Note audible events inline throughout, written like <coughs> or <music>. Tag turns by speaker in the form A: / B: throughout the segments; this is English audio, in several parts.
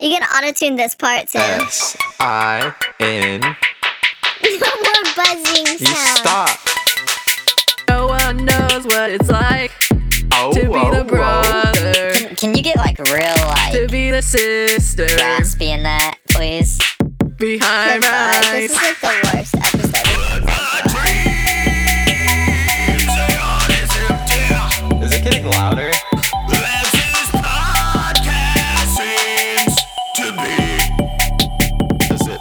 A: You can auto tune this part too. <laughs>
B: S I N.
A: no more buzzing sounds.
B: You stop.
C: No one knows what it's like
B: Oh,
C: to
B: whoa,
C: be
B: whoa.
C: the brother,
D: Can you get like real
C: to
D: like
C: be the sister
D: raspy in that, please?
C: behind
A: God,
C: my
A: this is like the worst episode.
B: Is it getting louder? Is it?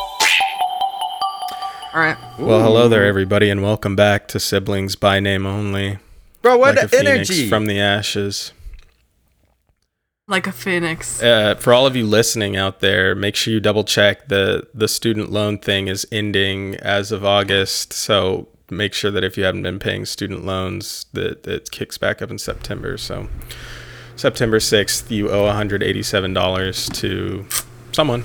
C: All right.
E: Well, hello there, everybody, and welcome back to Siblings by Name Only.
B: Bro, what
E: like a phoenix
B: energy!
E: from the ashes.
C: Like a phoenix.
E: Uh, for all of you listening out there, make sure you double check the the student loan thing is ending as of August. So make sure that if you haven't been paying student loans, that it kicks back up in September. So September sixth, you owe one hundred eighty seven dollars to someone.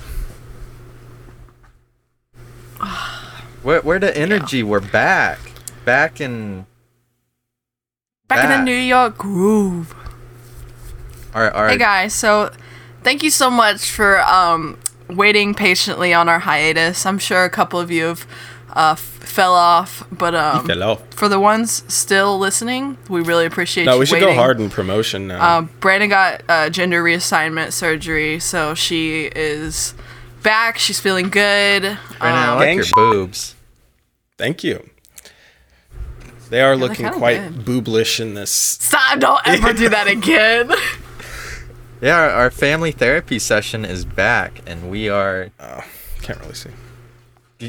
B: where, where the energy? We're back. Back in
C: Back in
B: that.
C: the New York groove.
B: our, our
C: Hey guys, so thank you so much for um, waiting patiently on our hiatus. I'm sure a couple of you have uh, f- fell off, but um,
E: Hello.
C: for the ones still listening, we really appreciate
E: No,
C: you
E: we should go
C: waiting.
E: hard in promotion now.
C: Uh, Brandon got uh, gender reassignment surgery, so she is back. She's feeling good.
B: Brandon, I
C: Um,
B: like
E: Gang
B: your
E: sh-
B: boobs.
E: Thank you. They are
C: look
E: looking
C: kinda
E: quite
C: good.
E: booblish in this
C: Stop! Don't ever do that
E: <laughs>
C: again. <laughs>
B: Yeah, our, our family therapy session is back, and we are
E: Can't really see.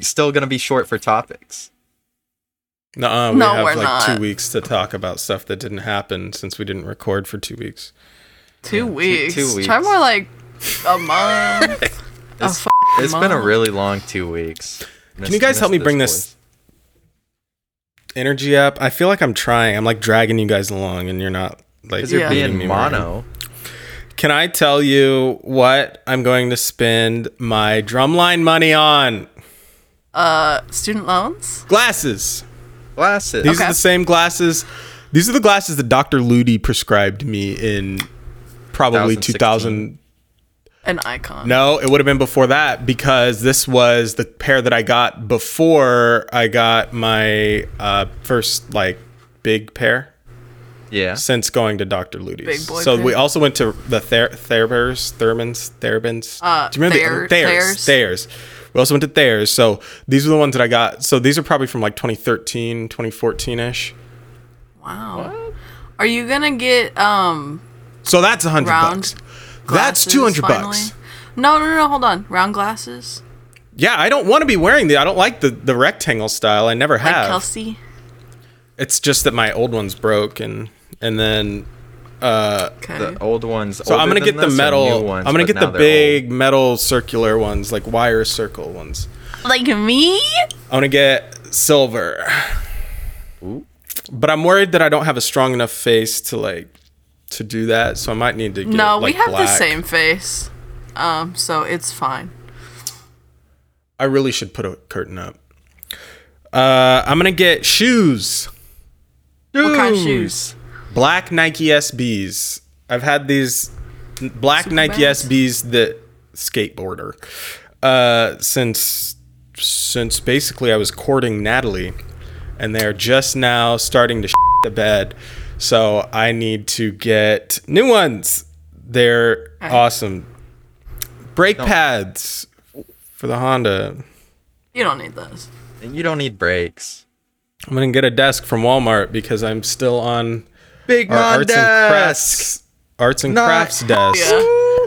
B: still gonna be short for topics.
E: No, uh, we
C: No,
E: have
C: we're
E: like
C: not.
E: two weeks to talk about stuff that didn't happen since we didn't record for two weeks.
C: two, weeks.
B: two weeks.
C: Try more like a
E: <laughs>
C: month. a
B: It's,
C: f-
B: it's been a
C: month.
B: really long two weeks.
E: Can you guys help me bring this energy up? I feel like I'm trying. I'm like dragging you guys along, and you're not like
B: Because you're
C: Yeah.
E: leading me
B: being
E: right.
B: mono.
E: Can I tell you what I'm going to spend my drumline money on?
C: Student loans.
E: Glasses.
B: Glasses.
E: These
C: Okay.
E: are the same glasses. These are the glasses that Dr. Ludi prescribed me in probably
B: 2016.
E: 2000.
C: An icon.
E: No, it would have been before that because this was the pair that I got before I got my uh, first like big pair
B: Yeah.
E: since going to Dr. Ludi's.
C: Big boy
E: so
C: pair.
E: we also went to the Ther- Therbers, Thermans, Therbins.
C: Uh,
E: Do you
C: Thayer-
E: remember the Thayers? Thayers. We also went to Thayers. So these are the ones that I got. So these are probably from like 2013, 2014 ish.
C: Wow. Are you gonna get um
E: So that's a hundred
C: Round
E: bucks. That's
C: glasses
E: two hundred
C: finally?
E: bucks.
C: No, no, no. Hold on. Round glasses.
E: Yeah, I don't want to be wearing the. I don't like the the rectangle style. I never
C: Like
E: have.
C: Kelsey.
E: It's just that my old one's broke, and and then
C: Okay.
B: The old ones.
E: so I'm gonna get the metal. I'm gonna get the big metal circular ones, like wire circle ones.
C: like me.
E: I'm gonna get silver.
B: Ooh.
E: But I'm worried that I don't have a strong enough face to like to do that, so I might need to get
C: No,
E: like,
C: we have the
E: black.
C: same face. Um, so it's fine.
E: I really should put a curtain up. Uh, I'm gonna get shoes.
C: What kind of shoes?
E: black Nike SBs. I've had these n- black Nike
C: bags?
E: SBs that skateboarder uh, since since basically I was courting Natalie, and they're just now starting to the bed. So I need to get new ones. They're awesome. Brake pads for the Honda.
C: You don't need those.
B: You don't need brakes.
E: I'm gonna get a desk from Walmart because I'm still on
B: Big
E: our
B: Mom
E: arts and crafts arts and
B: Not-
E: crafts desk.
C: Yeah.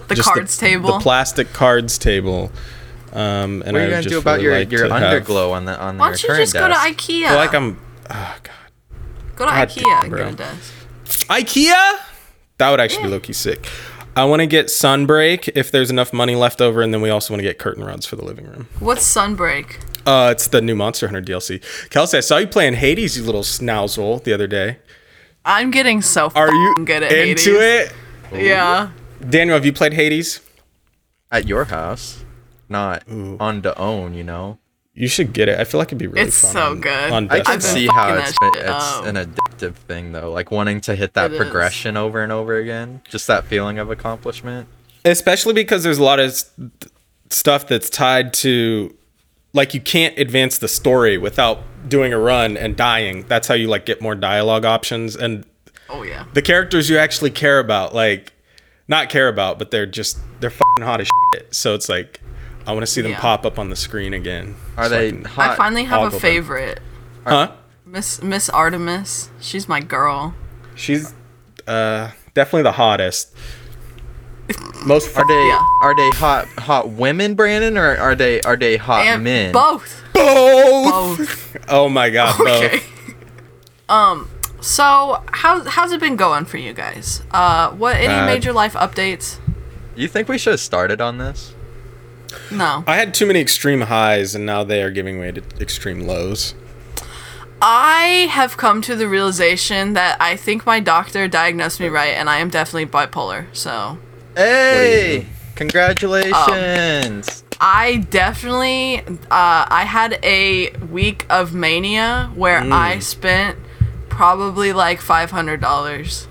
C: The
E: Just
C: cards table.
E: the plastic cards table. Um, and
B: What are
E: I
B: you
E: would
B: gonna
E: just
B: do about
E: really
B: your,
E: like
B: your
E: to have-
B: underglow on the on
C: Why
B: your
C: don't
B: current
C: you just go to
B: desk?
C: IKEA?
E: I feel like I'm. Oh god.
C: go to
E: God
C: IKEA
E: damn,
C: and
E: bro.
C: get a desk.
E: IKEA. That would actually be low key sick. I want to get sunbreak if there's enough money left over, and then we also want to get curtain rods for the living room.
C: What's Sunbreak?
E: Uh, it's the new Monster Hunter DLC. Kelsey, I saw you playing Hades, you little snousel, the other day.
C: I'm getting so
E: Are you
C: good at
E: into
C: Hades.
E: it?
C: Yeah.
E: Daniel, have you played Hades?
B: at your house, not on the own. You know,
E: You should get it. I feel like it'd be really
C: It's
E: fun.
C: so
E: on-
C: good.
E: on
B: I can
C: been
E: desktop.
B: see how
C: fucking
B: it's
C: that shit up.
B: it's an addictive thing though, like wanting to hit that
C: It is.
B: progression over and over again, just that feeling of accomplishment.
E: especially because there's a lot of s- stuff that's tied to like you can't advance the story without doing a run and dying that's how you like get more dialogue options and
C: Oh yeah.
E: the characters you actually care about like not care about but they're just they're fucking hot as shit so it's like i want to see them
C: Yeah.
E: pop up on the screen again
B: Are
E: So I
B: they
E: can-
B: hot?
C: I finally have
E: Oggle
C: a
E: them.
C: favorite.
E: huh
C: Miss Miss Artemis. She's my girl.
E: she's uh definitely the hottest <laughs> most
B: Are they
C: Yeah.
B: are they hot hot women, Brandon, or are they are they hot
C: And
B: men?
C: both.
E: both
C: Both.
E: oh my
C: <laughs>
E: god
C: okay.
E: both
C: um so how how's it been going for you guys? Uh what any
E: Bad.
C: major life updates?
B: You think we should have started on this?
C: No.
E: I had too many extreme highs, and now they are giving way to extreme lows.
C: I have come to the realization that I think my doctor diagnosed me right and I am definitely bipolar. So
B: Hey, congratulations!
C: I definitely uh, I had a week of mania where
E: Mm.
C: I spent probably like five hundred dollars.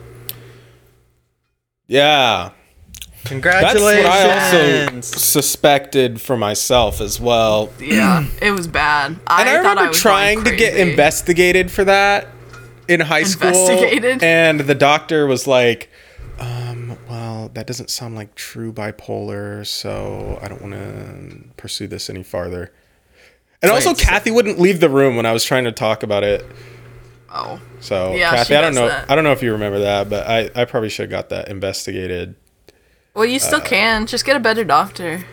E: Yeah,
C: Um,
E: that's what
B: congratulations!
E: I also suspected for myself as well.
C: Yeah, <clears throat> it was bad. I
E: And I,
C: thought
E: remember
C: was going
E: trying to get
C: crazy.
E: investigated for that in high school,
C: Investigated?
E: and the doctor was like, um, "Well, that doesn't sound like true bipolar, so I don't want to pursue this any farther." And also,
B: Wait, so-
E: Kathy wouldn't leave the room when I was trying to talk about it.
C: Oh,
E: So
C: Yeah,
E: Kathy,
C: she
E: I don't
C: does
E: know.
C: that.
E: I don't know if you remember that, but I, I probably should have got that investigated.
C: well, you
E: Uh.
C: still can. Just get a better doctor.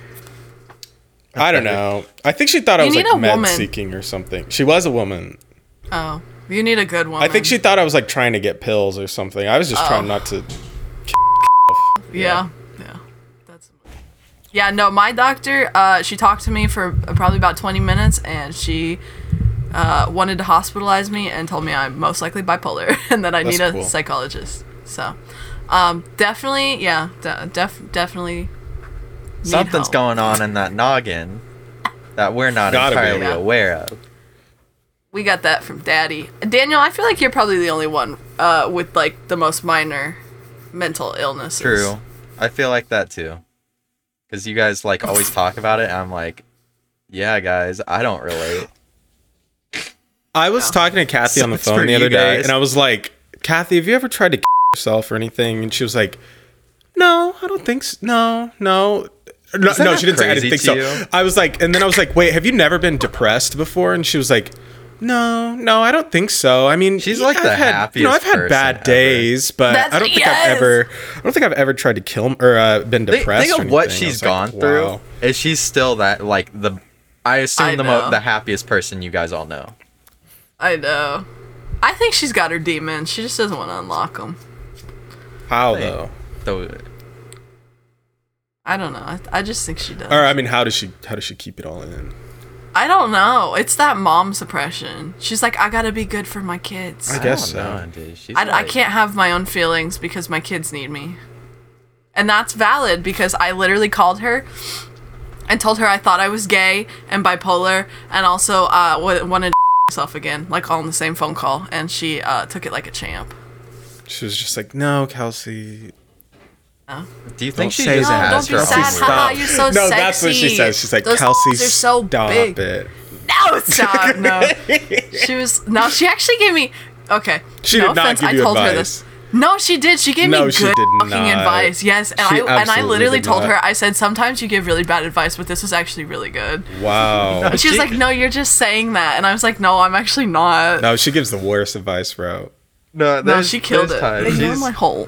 E: I don't know. I think she thought I
C: You
E: was
C: need
E: like
C: a
E: med
C: woman.
E: seeking or something. She was a woman.
C: Oh, you need a good one.
E: I think she thought I was like trying to get pills or something. I was
C: Oh.
E: just trying not
C: <sighs>
E: to.
C: Yeah, yeah. That's. Yeah, no, my doctor. Uh, she talked to me for probably about twenty minutes, and she. Uh, wanted to hospitalize me and told me I'm most likely bipolar <laughs> and that I
E: That's
C: need a
E: cool.
C: psychologist. So, um, definitely, yeah, de- def- definitely. need
B: Something's
C: help.
B: going on in that noggin that we're not
E: Gotta be.
B: entirely
C: Yeah.
B: aware of.
C: We got that from Daddy. Daniel, I feel like you're probably the only one uh, with like the most minor mental illnesses.
B: True, I feel like that too, because you guys like
C: <laughs>
B: always talk about it. And I'm like, yeah, guys, I don't
E: <laughs>
B: relate.
E: I was talking to Kathy on the
B: Sucks for
E: phone the other
B: you
E: day,
B: guys.
E: and I was like, Kathy, have you ever tried to yourself or anything? And she was like, No, I don't think so. No, no. No,
B: Is that
E: no,
B: not
E: she didn't say I
B: crazy
E: didn't think
B: to
E: so.
B: you?
E: I was like, and then I was like, wait, have you never been depressed before? And she was like, no, no, I don't think so. I mean,
B: She's like
E: I've
B: the
E: had, you know, I've
B: happiest
E: had bad
B: person ever.
E: days, but
C: That's-
E: I don't think I've
C: yes!
E: ever, I don't think I've ever tried to kill m- or uh, been
B: Think,
E: depressed.
B: think
E: or
B: of what
E: anything. I
B: she's
E: was like,
B: gone through.
E: wow.
B: Is she's still that like the? I assume
C: I
B: the mo-
C: know.
B: the happiest person you guys all know.
C: I know. I think she's got her demons. She just doesn't want to unlock them.
E: How
B: Hey.
E: though?
B: So
C: I don't know. I, I just think she does.
E: Or I mean, how does she? How does she keep it all in?
C: I don't know. It's that mom suppression. She's like, I gotta be good for my kids.
E: I guess
B: don't
E: so.
B: know, dude. She's
C: I, I
B: like-
C: can't have my own feelings because my kids need me. And that's valid because I literally called her and told her I thought I was gay and bipolar and also uh, wa- wanted <laughs> to myself again, like all in the same phone call. And she uh, took it like a champ.
E: She was just like, no, Kelsey.
B: Do you think
E: Don't
B: she
E: say
B: just
E: that.
B: has
C: Don't
B: her
C: be
B: own
C: sad.
B: weird-
C: Haha, you're so
E: no, that's what she
C: sexy.
E: says. She's like,
C: Those
E: Kelsey,
C: are so
E: stop
C: big."
E: it.
C: <laughs> No, stop. No. she was. No, she actually gave me. Okay.
E: She
C: no
E: did not give you advice.
C: No, she did. She gave
E: No,
C: me
E: she
C: good
E: did
C: fucking
E: not.
C: advice. Yes, and
E: She
C: I and I
E: absolutely
C: literally
E: did
C: told
E: not.
C: her. I said sometimes you give really bad advice, but this was actually really good.
E: Wow.
C: And she was like, "No, you're just saying that," and I was like, "No, I'm actually not."
E: no, she gives the worst advice, bro.
B: No,
C: No,
B: there's-
C: she killed
B: there's
C: it.
B: times
C: They know
B: she's-
C: I'm like, "Hole."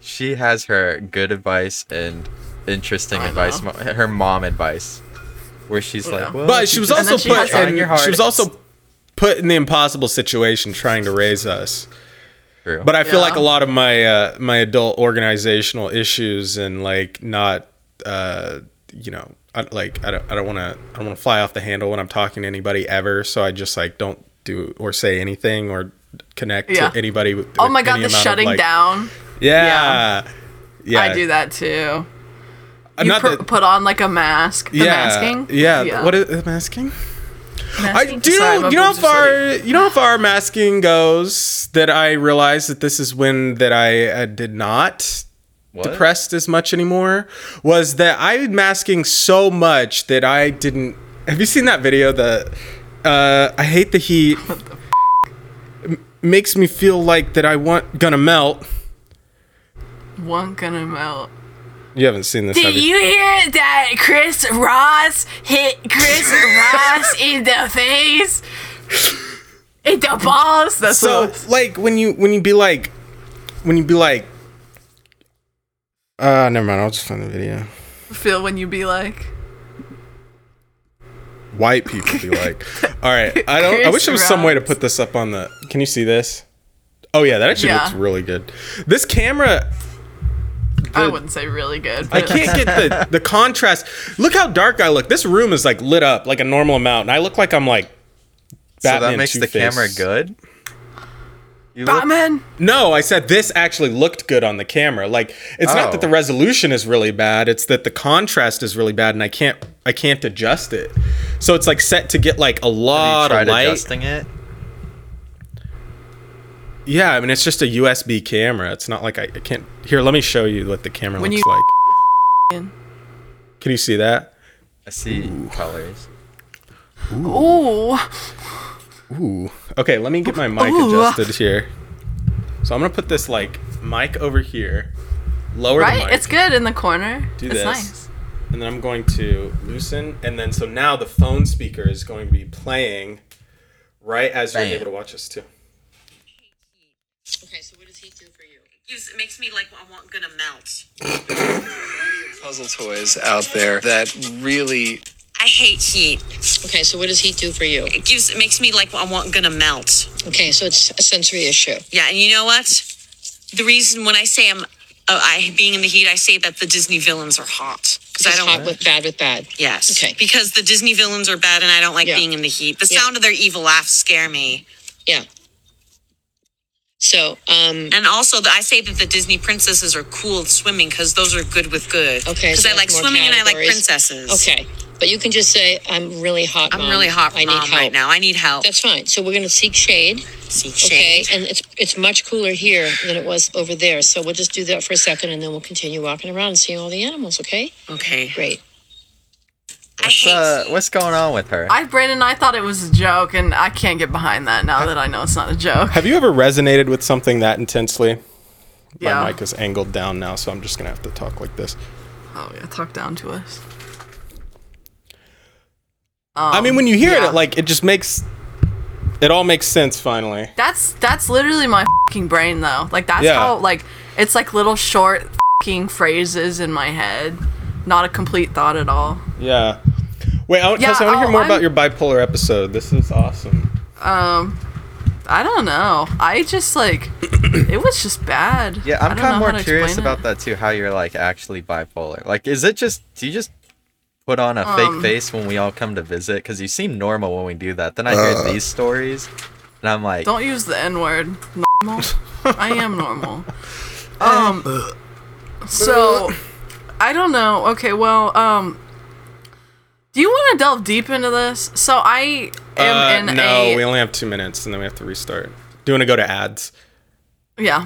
B: she has her good advice and interesting advice. mo- Her mom advice, where
C: Oh,
B: she's like, well,
E: But she was
C: And then
E: also
C: she
E: put.
C: has her-
E: in-
B: Trying
E: she was
B: your
E: also put in the impossible situation, trying to raise us.
B: true.
E: But I feel
C: Yeah.
E: like a lot of my uh, my adult organizational issues and like not uh, you know I, like I don't I don't want to I don't want to fly off the handle when I'm talking to anybody ever. So I just like don't do or say anything or connect
C: Yeah.
E: to anybody. With,
C: Oh
E: with
C: my god,
E: any
C: the
E: amount of,
C: shutting
E: like-
C: down.
E: Yeah, yeah.
C: I do that too.
E: Uh,
C: You
E: not
C: put-
E: that-
C: put on like a mask. The
E: yeah,
C: masking.
E: Yeah. What is uh, masking? I
C: Masking?
E: do.
C: Sorry, my
E: you know how
C: boobs are sweaty.
E: far you know how far masking goes. That I realized that this is when that I uh, did not
B: What?
E: depressed as much anymore was that I'm masking so much that I didn't. Have you seen that video? The uh, I hate the heat M- makes me feel like that I want gonna melt.
C: Won't gonna melt.
E: You haven't seen this, have
C: Did
E: you?
C: you hear that Chris Ross hit Chris
E: <laughs>
C: Ross in the face? In the balls. That's
E: so
C: what-
E: like when you when you be like when you be like uh never mind i'll just find the video
C: feel when you be like.
E: white people be like
C: <laughs>
E: all right i don't i wish there was some way to
C: Chris
E: put this up on the can you see this oh yeah that actually
C: Yeah.
E: looks really good this camera
C: I
E: Good.
C: wouldn't say really good.
E: i
C: but-
E: can't get the the contrast look how dark i look this room is like lit up like a normal amount and i look like i'm like
B: So
E: Batman
B: that makes the
E: Two-Face.
B: camera good. You look-
C: Batman.
E: No, I said this actually looked good on the camera. Like it's not that
B: Oh.
E: the resolution is really bad, it's that the contrast is really bad and I can't I can't adjust it. So it's like set to get like a
B: you
E: lot
B: tried
E: of light.
B: adjusting it.
E: Yeah, I mean it's just a USB camera. It's not like I, I can't Here, let me show you what the camera
C: When
E: looks
C: you-
E: like. Can you see that?
B: I see colors.
C: Ooh.
E: Ooh. Okay, let me get my mic
C: Ooh.
E: adjusted here. So I'm going to put this like mic over here. Lower the
C: Right?
E: mic.
C: It's good in the corner.
E: Do
C: it's
E: this.
C: nice.
E: and then I'm going to loosen, and then so now the phone speaker is going to be playing right as
B: Bam.
E: you're able to watch us too.
F: Okay, so what does he do for you? It makes me like I want gonna melt.
G: puzzle toys out there that really
F: I hate heat. Okay, so what does heat do for you? It gives. It makes me like I want gonna melt. Okay, so it's a sensory issue. Yeah, and you know what? The reason when I say I'm, uh, I being in the heat, I say that the Disney villains are hot because I don't hot with bad with bad. Yes. Okay. Because the Disney villains are bad, and I don't like being in the heat. The sound of their evil laughs scare me.
H: Yeah. So, um,
F: And also, the, I say that the Disney princesses are cool at swimming because those are good with good.
H: Okay,
F: Because
H: so
F: I like
H: that's more
F: swimming and I like
H: categories.
F: princesses.
H: okay. But you can just say, I'm really hot.
F: I'm
H: Mom.
F: really hot,
H: I need
F: mom,
H: help.
F: right now. I need help.
H: That's fine. So we're going to seek shade.
F: Seek
H: Okay.
F: shade.
H: And it's, it's much cooler here than it was over there. So we'll just do that for a second and then we'll continue walking around and seeing all the animals. Okay.
F: Okay.
H: Great.
F: I
B: What's,
F: hate
B: uh, what's going on with her?
C: I, Brandon, I thought it was a joke, and I can't get behind that now that I know it's not a joke.
E: Have you ever resonated with something that intensely?
C: yeah.
E: My mic is angled down now, so I'm just gonna have to talk like this.
C: Oh, yeah. Talk down to us.
E: I mean, when you hear
C: Um, yeah.
E: it, it, like it just makes it all makes sense finally.
C: That's that's literally my fucking brain though. Like that's
E: Yeah.
C: how like it's like little short fucking phrases in my head. Not a complete thought at all.
E: Yeah. Wait, I,
C: Yeah,
E: Kelsey, I want to
C: oh,
E: hear more about
C: I'm-
E: your bipolar episode. This is awesome.
C: I don't know. I just like it was just bad.
B: yeah,
C: I
B: I'm kind
C: don't know
B: of
C: how
B: more
C: to
B: curious
C: explain
B: about
C: it.
B: that too. How you're like actually bipolar? Like, is it just do you just put on a
C: Um.
B: fake face when we all come to visit? Because you seem normal when we do that. Then I
E: Uh.
B: hear these stories, and I'm like,
C: Don't use the N word. Normal. I am normal. Um. So, I don't know. Okay. Well. Um. Do you want to delve deep into this? So I
E: Uh,
C: am in
E: no,
C: a
E: we only have two minutes, and then we have to restart. Do you want to go to ads?
C: yeah.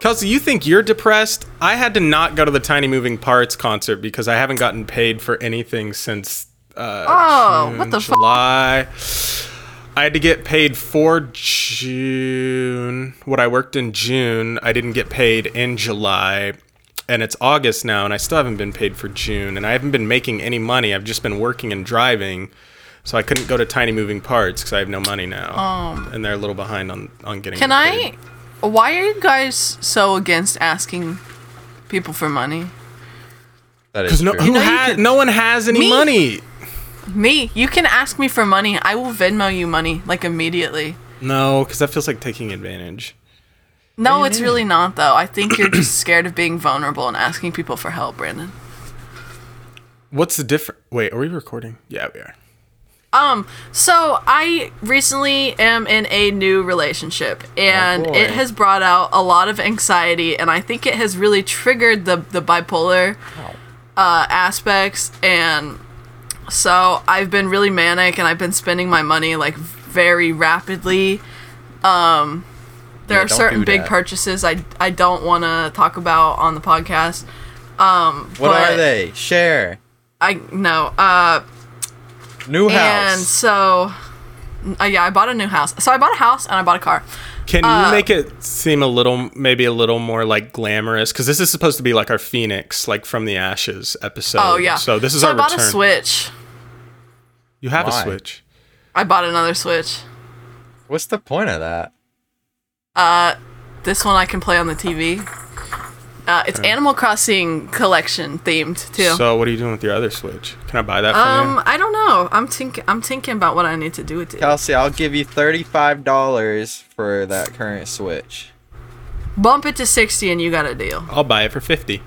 E: Kelsey, you think you're depressed? I had to not go to the Tiny Moving Parts concert because I haven't gotten paid for anything since uh,
C: Oh, what the fuck?
E: July. I had to get paid for June. What I worked in June, I didn't get paid in July. And it's August now, and I still haven't been paid for June. And I haven't been making any money. I've just been working and driving. So I couldn't go to Tiny Moving Parts because I have no money now. and they're a little behind on, on getting
C: Um, Can
E: paid.
C: I? Why are you guys so against asking people for money?
B: that is
E: Because no,
B: true.
E: who
C: know you
E: ha-
C: can-
E: no one has any
C: Me?
E: money.
C: Me, you can ask me for money. I will Venmo you money like immediately.
E: No, because that feels like taking advantage.
C: No, it's really not though. I think you're just <coughs> scared of being vulnerable and asking people for help, Brandon.
E: What's the difference? Wait, are we recording? Yeah, we are.
C: Um, so I recently am in a new relationship and
B: Oh, boy.
C: it has brought out a lot of anxiety and I think it has really triggered the the bipolar uh aspects and so I've been really manic and I've been spending my money like v- very rapidly. Um, there
B: Yeah,
C: are
B: don't
C: certain
B: do
C: big
B: that.
C: purchases I I don't want to talk about on the podcast.
B: What
C: but-
B: are they? Share.
C: I no. Uh,
B: New
C: and
B: house.
C: so, uh, yeah, I bought a new house. So I bought a house and I bought a car.
E: Can
C: Uh,
E: you make it seem a little, maybe a little more like glamorous? Because this is supposed to be like our Phoenix, like from the ashes episode.
C: Oh yeah.
E: So this is
C: so
E: our
C: I bought
E: return.
C: a Switch.
E: You have
B: Why?
E: a Switch.
C: I bought another Switch.
B: What's the point of that?
C: This one I can play on the TV. Uh, it's Animal Crossing collection themed too.
E: So what are you doing with your other Switch? Can I buy that from
C: um,
E: you?
C: I don't know. I'm thinking. I'm thinking about what I need to do with it.
B: Kelsey, I'll give you thirty-five dollars for that current Switch.
C: Bump it to sixty, and you got a deal.
E: I'll buy it for fifty.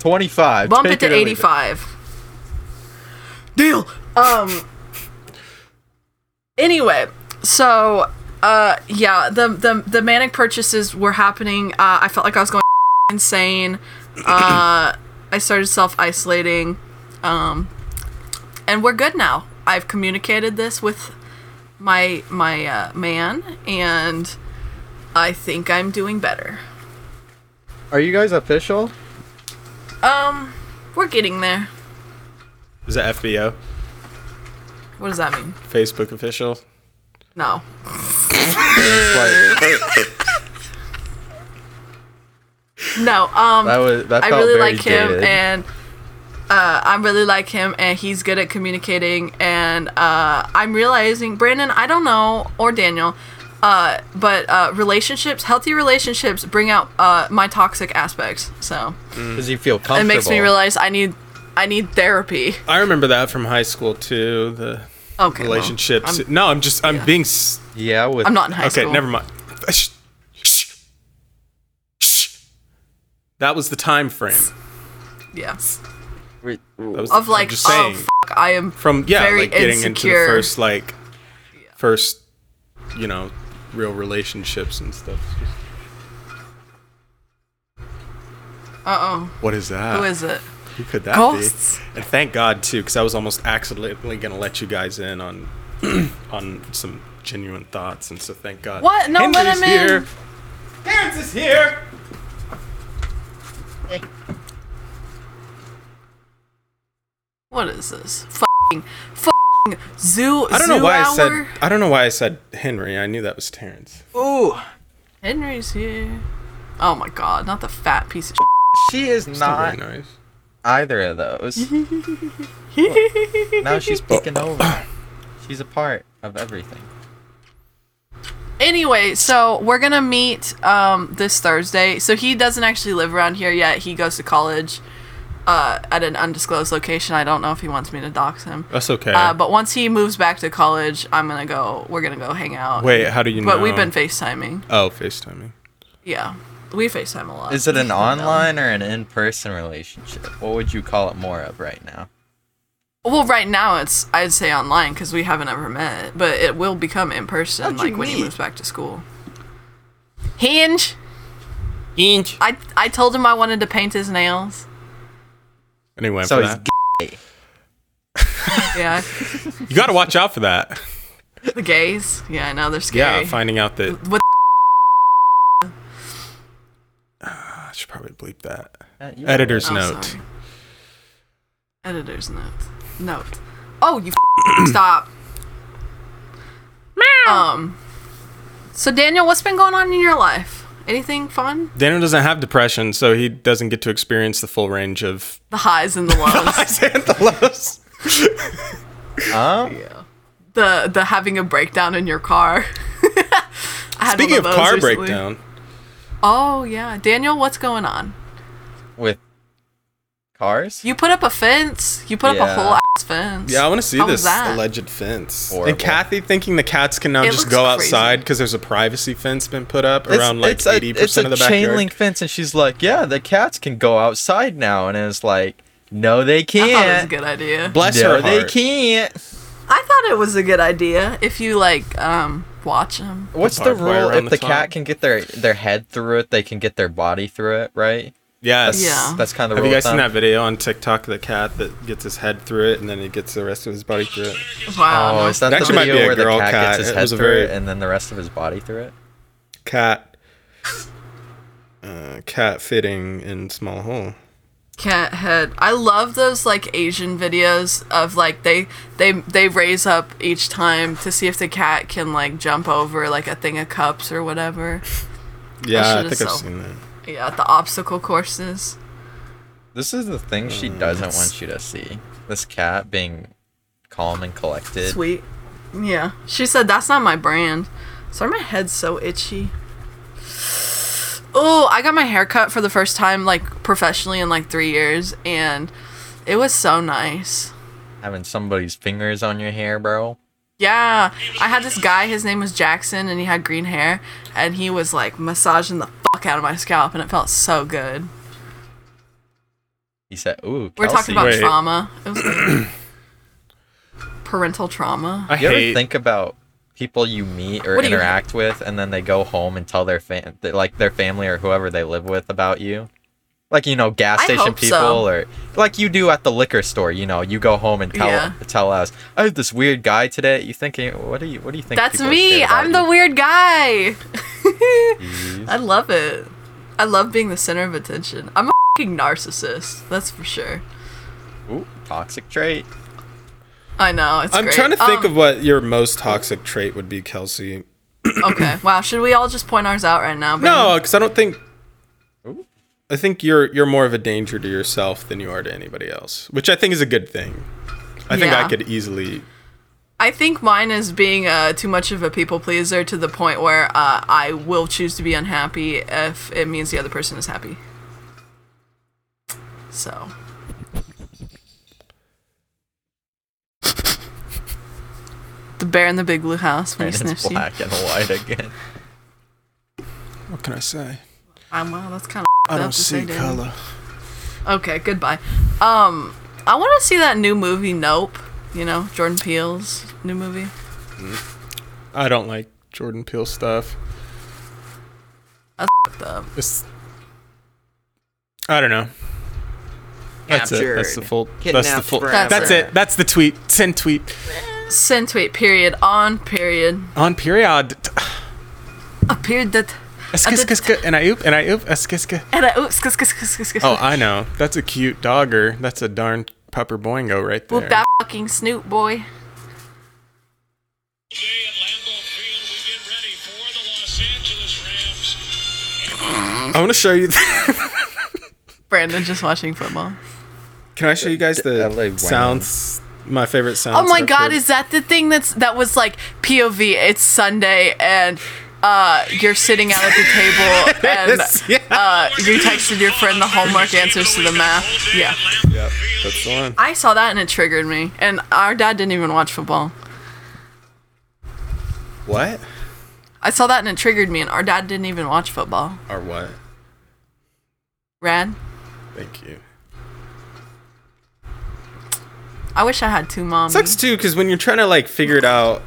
B: Twenty-five.
C: Bump
B: take
C: it to
B: or leave
C: eighty-five. Deal. Um. anyway, so uh, yeah, the the the manic purchases were happening. Uh, I felt like I was going <laughs> insane. Uh, I started self isolating. Um, and we're good now. I've communicated this with my my uh, man, and I think I'm doing better.
B: Are you guys official?
C: Um, we're getting there.
E: Is that FBO?
C: What does that mean?
E: Facebook official?
B: <laughs>
C: No.
B: It's like,
C: No. Um,
B: that was that
C: I
B: felt
C: really
B: very
C: like him,
B: dated.
C: and uh, I really like him, and he's good at communicating. And uh, I'm realizing, Brandon, I don't know, or Daniel, uh, but uh, relationships, healthy relationships, bring out uh, my toxic aspects. So
B: Does he feel comfortable?
C: it makes me realize I need, I need therapy.
E: I remember that from high school too. The
C: Okay. well,
E: relationships.
C: I'm,
E: no, I'm just I'm being. S-
B: Yeah, with
C: I'm not in high
E: okay,
C: school.
E: never mind. Shh. Shh. Shh. That was the time frame.
C: Yeah.
B: re-
E: That was
C: Of
E: I'm
C: like,
E: just
C: oh,
E: saying.
C: fuck, I am
E: from yeah,
C: very
E: like getting into the
C: insecure.
E: first like first, you know, real relationships and stuff.
C: Uh oh.
E: What is that?
C: Who is it?
E: Who could that
C: Ghosts.
E: be? And thank God too, because I was almost accidentally gonna let you guys in on <clears throat> on some genuine thoughts, and so thank God.
C: What? No, let
E: Henry's
C: him in.
E: here. Terrence is here.
C: What is this? Fucking, fucking zoo.
E: I don't know
C: zoo
E: why
C: hour?
E: I said I don't know why I said Henry. I knew that was Terrence.
B: Ooh,
C: Henry's here. Oh my god, not the fat piece of
B: <laughs> she is
E: Not
B: not
E: very nice.
B: either of
C: <laughs>
B: those. now she's picking over. She's a part of everything.
C: Anyway, so we're gonna meet um, this Thursday. So he doesn't actually live around here yet. He goes to college uh, at an undisclosed location. I don't know if he wants me to dox him.
E: That's okay.
C: Uh, but once he moves back to college, I'm gonna go. We're gonna go hang out.
E: Wait, how do you know?
C: But we've been FaceTiming.
E: oh FaceTiming.
C: Yeah, we FaceTime a lot.
B: Is it an online or an in-person relationship? What would you call it more of right now?
C: Well, right now it's I'd say online because we haven't ever met, but it will become in person, like when he moves back to school. Hinge.
E: Inch.
C: I I told him I wanted to paint his nails.
E: Anyway,
B: So
E: for
B: he's
E: that.
C: Yeah,
E: <laughs> you got to watch out
B: <laughs>
E: for that.
C: the gays. Yeah, I know they're
E: Yeah,
C: scary.
E: <laughs> finding out that
C: With
E: <sighs> I should probably bleep that.
B: Uh, you-
E: Editor's
C: Oh,
E: note.
C: sorry. editor's note. Note. Oh, you <coughs> stop. Um. So Daniel, what's been going on in your life? Anything fun?
E: Daniel doesn't have depression, so he doesn't get to experience the full
C: <laughs>
E: range of <laughs>
C: The highs and the lows.
E: Xanthalos.
B: Huh?
C: the the having a breakdown in your car. <laughs> I had
E: Speaking of
C: one those
E: car
C: recently.
E: breakdown,
C: Oh yeah, Daniel, what's going on?
B: With cars?
C: You put up a fence. You put up a
B: Yeah.
C: whole ass fence.
E: yeah, I want to see
C: How was
E: this
C: that?
E: alleged fence.
B: Horrible.
E: And Kathy thinking the cats can now
C: It
E: just
C: looks
E: go
C: crazy.
E: outside because there's a privacy fence been put up
B: It's-
E: around like
B: it's a-
E: eighty percent of the
B: It's a chain
E: backyard.
B: link fence, and she's like, "Yeah, the cats can go outside now," and it's like, "No, they
C: I thought it was a
B: can't.
C: good idea.
E: Bless
B: no,
E: her.
B: they
E: heart.
B: can't."
C: I thought it was a good idea if you like um watch them.
B: What's the
E: barbed wire
B: rule?
E: around
B: If
E: the
B: the
E: top.
B: cat can get their their head through it, they can get their body through it, right?
E: Yes.
C: Yeah.
B: That's kind of the
E: Have
B: rule
E: you
B: of
E: guys seen
B: thumb.
E: that video on TikTok of the cat that gets his head through it and then it gets the rest of his body through it?
C: Wow.
B: Oh,
C: no.
B: is that
E: It
B: the
E: actually might
B: video
E: be a
B: where the
E: girl
B: cat,
E: cat.
B: gets
E: It
B: his head
E: was a
B: through
E: very-
B: it and then the rest of his body through it?
E: Cat. Uh, cat fitting in small hole.
C: Cat head. I love those like Asian videos of like they they they raise up each time to see if the cat can like jump over like a thing of cups or whatever.
E: Yeah, I
C: should've
E: think I've
C: sold-
E: seen that.
C: Yeah, the obstacle courses.
B: This is the thing she
E: Mm.
B: doesn't want you to see. This cat being calm and collected.
C: Sweet. Yeah. She said that's not my brand. Sorry, my head's so itchy. Oh, I got my hair cut for the first time like professionally in like three years, and it was so nice.
B: Having somebody's fingers on your hair, bro.
C: Yeah, I had this guy. His name was Jackson, and he had green hair, and he was like massaging the fuck out of my scalp, and it felt so good.
B: He said, "Ooh,
C: We're
B: Kelsey,
C: talking about
E: Wait.
C: trauma. It
B: <clears throat>
C: was good. parental trauma.
E: I
B: you ever
E: hate.
B: think about people you meet or
C: What do you-
B: interact with, and then they go home and tell their fam- that, like their family or whoever they live with about you? Like you know, gas
C: I
B: station
C: hope so.
B: people, or like you do at the liquor store. You know, you go home and tell
C: Yeah.
B: tell us, "I had this weird guy today." You thinking, what do you what do you think?
C: That's
B: people
C: me.
B: share about
C: I'm the
B: you?
C: weird guy.
B: Jeez.
C: I love it. I love being the center of attention. I'm a fucking narcissist. That's for sure.
B: Ooh, toxic trait.
C: I know. It's
E: I'm
C: great.
E: trying to think
C: Um,
E: of what your most toxic trait would be, Kelsey. <clears throat>
C: okay. Wow. Should we all just point ours out right now?
E: No, because I don't think. I think you're you're more of a danger to yourself than you are to anybody else, which I think is a good thing. I think I
C: Yeah.
E: could easily.
C: I think mine is being uh, too much of a people pleaser to the point where uh, I will choose to be unhappy if it means the other person is happy. So. the bear in the big blue house when
B: And
C: he
B: it's
C: sniffs you.
B: black and white
C: <laughs>
B: again.
E: What can I say?
C: I'm, wow, that's kind of. Okay, goodbye. Um, I want to see that new movie. Nope. You know, Jordan Peele's new movie.
E: I don't like Jordan Peele stuff.
C: That's fucked up.
E: It's, I don't know. That's it. That's the
I: Captured.
E: full. that's the
I: Kidnapped
E: full.
I: forever.
E: That's it. That's the tweet. Send tweet
C: Send tweet. Period. On. Period.
E: on period.
C: appeared that
E: Eskiskiska and I oop and I oop Uh, eskiska.
C: and I oops kus, kus, kus, kus, kus.
E: Oh, I know. That's a cute dogger. That's a darn pupper boingo right
C: whoop
E: there.
C: that fucking Snoop boy.
E: I want to show you.
C: Brandon just watching football.
E: <laughs> Can I show you guys
B: the LA
E: the
B: wine.
E: sounds? My favorite sounds.
C: Oh my
E: I've
C: god,
E: heard.
C: is that the thing that's that was like POV? It's Sunday and uh you're sitting out at the
E: <laughs>
C: table and
E: yeah.
C: uh you texted your friend the homework answers to the math. Yeah.
E: Yep, that's the one.
C: I saw that and it triggered me. And our dad didn't even watch football.
E: What?
C: I saw that and it triggered me and our dad didn't even watch football.
E: Or what?
C: Rad.
E: Thank you.
C: I wish I had two moms.
E: Sucks too, because when you're trying to like figure it out,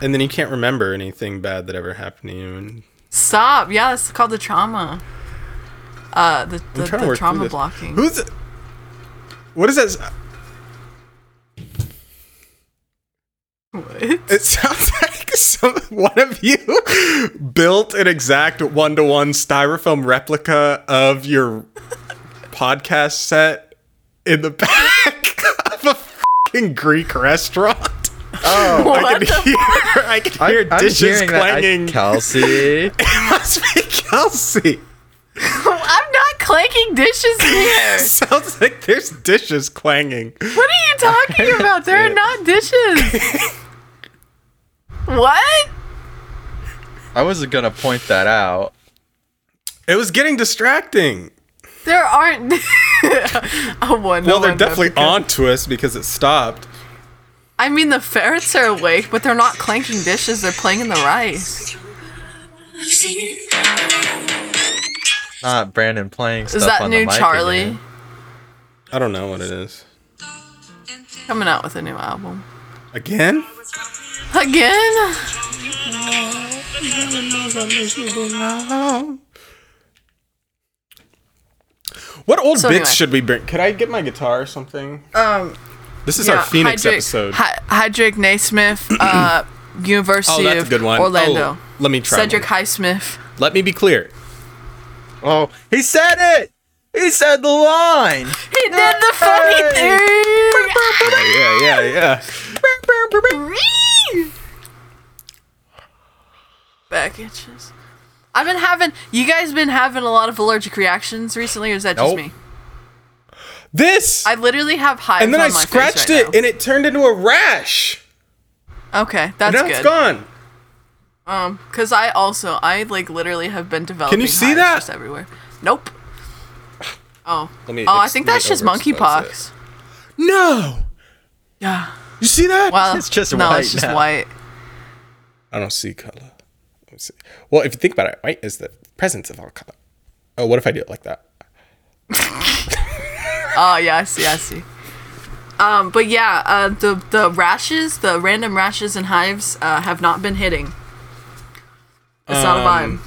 E: and then you can't remember anything bad that ever happened to you. And
C: Stop. Yeah, that's called the trauma. Uh, the,
E: I'm
C: the,
E: trying to
C: the
E: work through
C: trauma
E: this.
C: blocking. <laughs>
E: Who's? it- What is that? s- It sounds <laughs> like some, one of you built an exact one to one styrofoam replica of your podcast set in the back <laughs> of a fucking Greek restaurant. <laughs> Oh, I can hear, I can hear
B: I'm
E: dishes
B: hearing that. I-
E: clanging.
B: Kelsey.
E: <laughs> it must be Kelsey.
C: I'm not clanking
E: <laughs>
C: dishes here.
E: Sounds like there's dishes clanging.
C: what are you talking about? There are not dishes.
E: <laughs>
C: what?
B: I wasn't gonna point that out.
E: It was getting distracting.
C: There aren't. <laughs> oh, one.
E: Well,
C: no
E: they're
C: one
E: definitely
C: replica.
E: on to us because it stopped.
C: I mean, the ferrets are awake, but they're not clanking dishes. They're playing in the rice.
B: Not Brandon playing stuff
C: Is that
B: on the
C: new
B: mic
C: Charlie
B: again.
E: I don't know what it is.
C: coming out with a new album?
E: Again?
C: Again?
E: Wow, What old
C: So
E: bits
C: anyway.
E: should we bring? Could I get my guitar or something?
C: Um,
E: This is
C: yeah,
E: our Phoenix
C: Hydrick-
E: episode.
C: Hy- Hydrick Naismith,
E: <clears throat>
C: uh,
E: oh,
C: University
E: that's a
C: of
E: good one.
C: Orlando.
E: Oh, let me try.
C: Cedric
E: one.
C: Highsmith.
E: Let me be clear.
B: Oh, he said it. He said the line.
C: He did the funny thing.
E: <laughs> Yeah, yeah, yeah.
C: Back itches. I've been having. You guys been having a lot of allergic reactions recently, or is that just
E: Nope.
C: me?
E: This.
C: I literally have hives.
E: and then
C: on
E: I
C: my face
E: scratched
C: right
E: it, and it turned into a rash.
C: now. okay, that's
E: And now
C: good.
E: it's gone.
C: Um, cause I also I like literally have been developing.
E: see
C: hives
E: that?
C: Just everywhere. Nope. Oh.
E: Let me
C: oh, I
E: ex-
C: think
E: let me
C: that's just
E: overexpose
C: monkeypox.
E: No.
C: Yeah.
E: You see that?
C: Well,
B: It's just
C: no,
B: white
C: it's just
B: now.
C: white.
E: I don't see color. Let me see. Well, if you think about it, white is the presence of all color. Oh, what if I do it like that?
C: Oh yeah, I see, I see. Um, but yeah, uh, the the rashes, the random rashes and hives, uh, have not been hitting. It's not a vibe.
B: Um,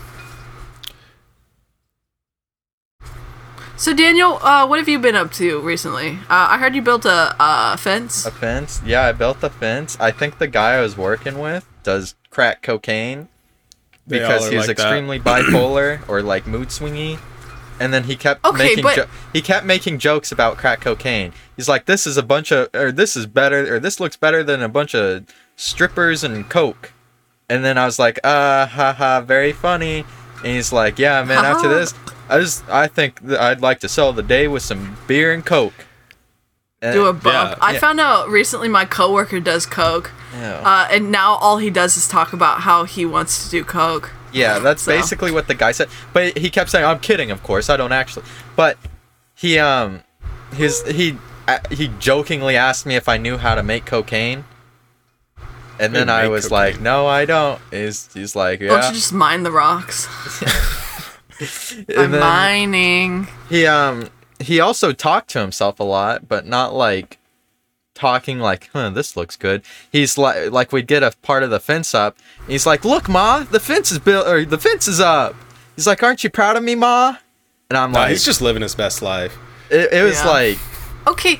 C: So Daniel, uh, what have you been up to recently? Uh, I heard you built a uh, fence.
B: A fence? Yeah, I built the fence. I think the guy I was working with does crack cocaine
E: They all
B: because
E: are
B: he was
E: like that. <clears throat>
B: extremely bipolar or like mood swingy. And then he kept
C: Okay,
B: making
C: but-
B: jo- he kept making jokes about crack cocaine. He's like, "This is a bunch of or this is better or this looks better than a bunch of strippers and coke." And then I was like, "Ah, ha ha, very funny." And he's like, "Yeah, man. After
C: Haha.
B: this, I just I think that I'd like to sell the day with some beer and coke." And,
C: Do a bump.
E: yeah,
C: I
B: yeah.
C: found out recently my coworker does coke,
B: Yeah.
C: uh, and now all he does is talk about how he wants to do coke.
B: Yeah, that's
C: So.
B: basically what the guy said. But he kept saying, "I'm kidding, of course. I don't actually." But he um his he uh, he jokingly asked me if I knew how to make cocaine. And then
E: Who
B: I
E: make
B: was
E: cocaine?
B: like, "No, I don't." He's he's like, "Yeah."
C: Don't you just mine the rocks? I'm
B: and then
C: mining.
B: he um he also talked to himself a lot, but not like talking like, "Huh, this looks good." He's like like we'd get a part of the fence up. and he's like, "Look, ma, the fence is built or the fence is up." He's like, "Aren't you proud of me, ma?" And I'm
E: Nah,
B: like,
E: he's just living his best life.
B: It, it was
C: Yeah.
B: like
C: Okay,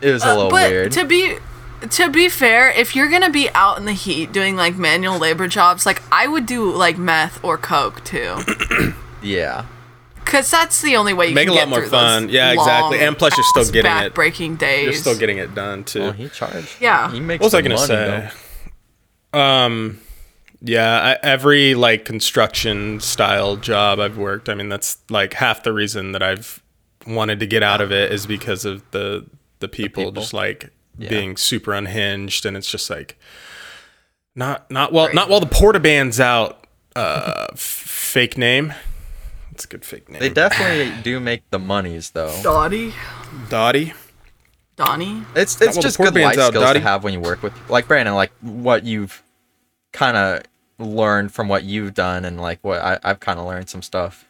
B: it was a
C: uh,
B: little
C: but
B: weird.
C: to be to be fair, if you're gonna be out in the heat doing like manual labor jobs, like I would do like meth or coke
E: <clears throat>
C: too,
B: yeah,
C: because that's the only way you
E: Make
C: can
E: a lot
C: get
E: more
C: through
E: fun.
C: those
E: Yeah, exactly.
C: long,
E: And plus you're still
C: ass
E: getting it.
C: back-breaking days.
E: You're still getting it done too.
B: well, he charged.
C: Yeah.
B: he makes.
E: what was I
B: the
E: gonna
B: money,
E: say?
B: though.
E: Um, yeah, I, every like construction style job I've worked, I mean, that's like half the reason that I've wanted to get out of it is because of the the people,
B: people.
E: just like being super unhinged, and it's just like not not well not while the porta band's out. Uh, f- fake name. It's a good fake name.
B: They definitely do make the monies though.
C: Dottie,
E: Dottie.
C: Donnie.
B: It's it's
E: well,
B: just
E: the poor
B: good
E: man's
B: life
E: out,
B: skills
E: Dottie.
B: to have when you work with like Brandon, like what you've kind of learned from what you've done, and like what I, I've kind of learned some stuff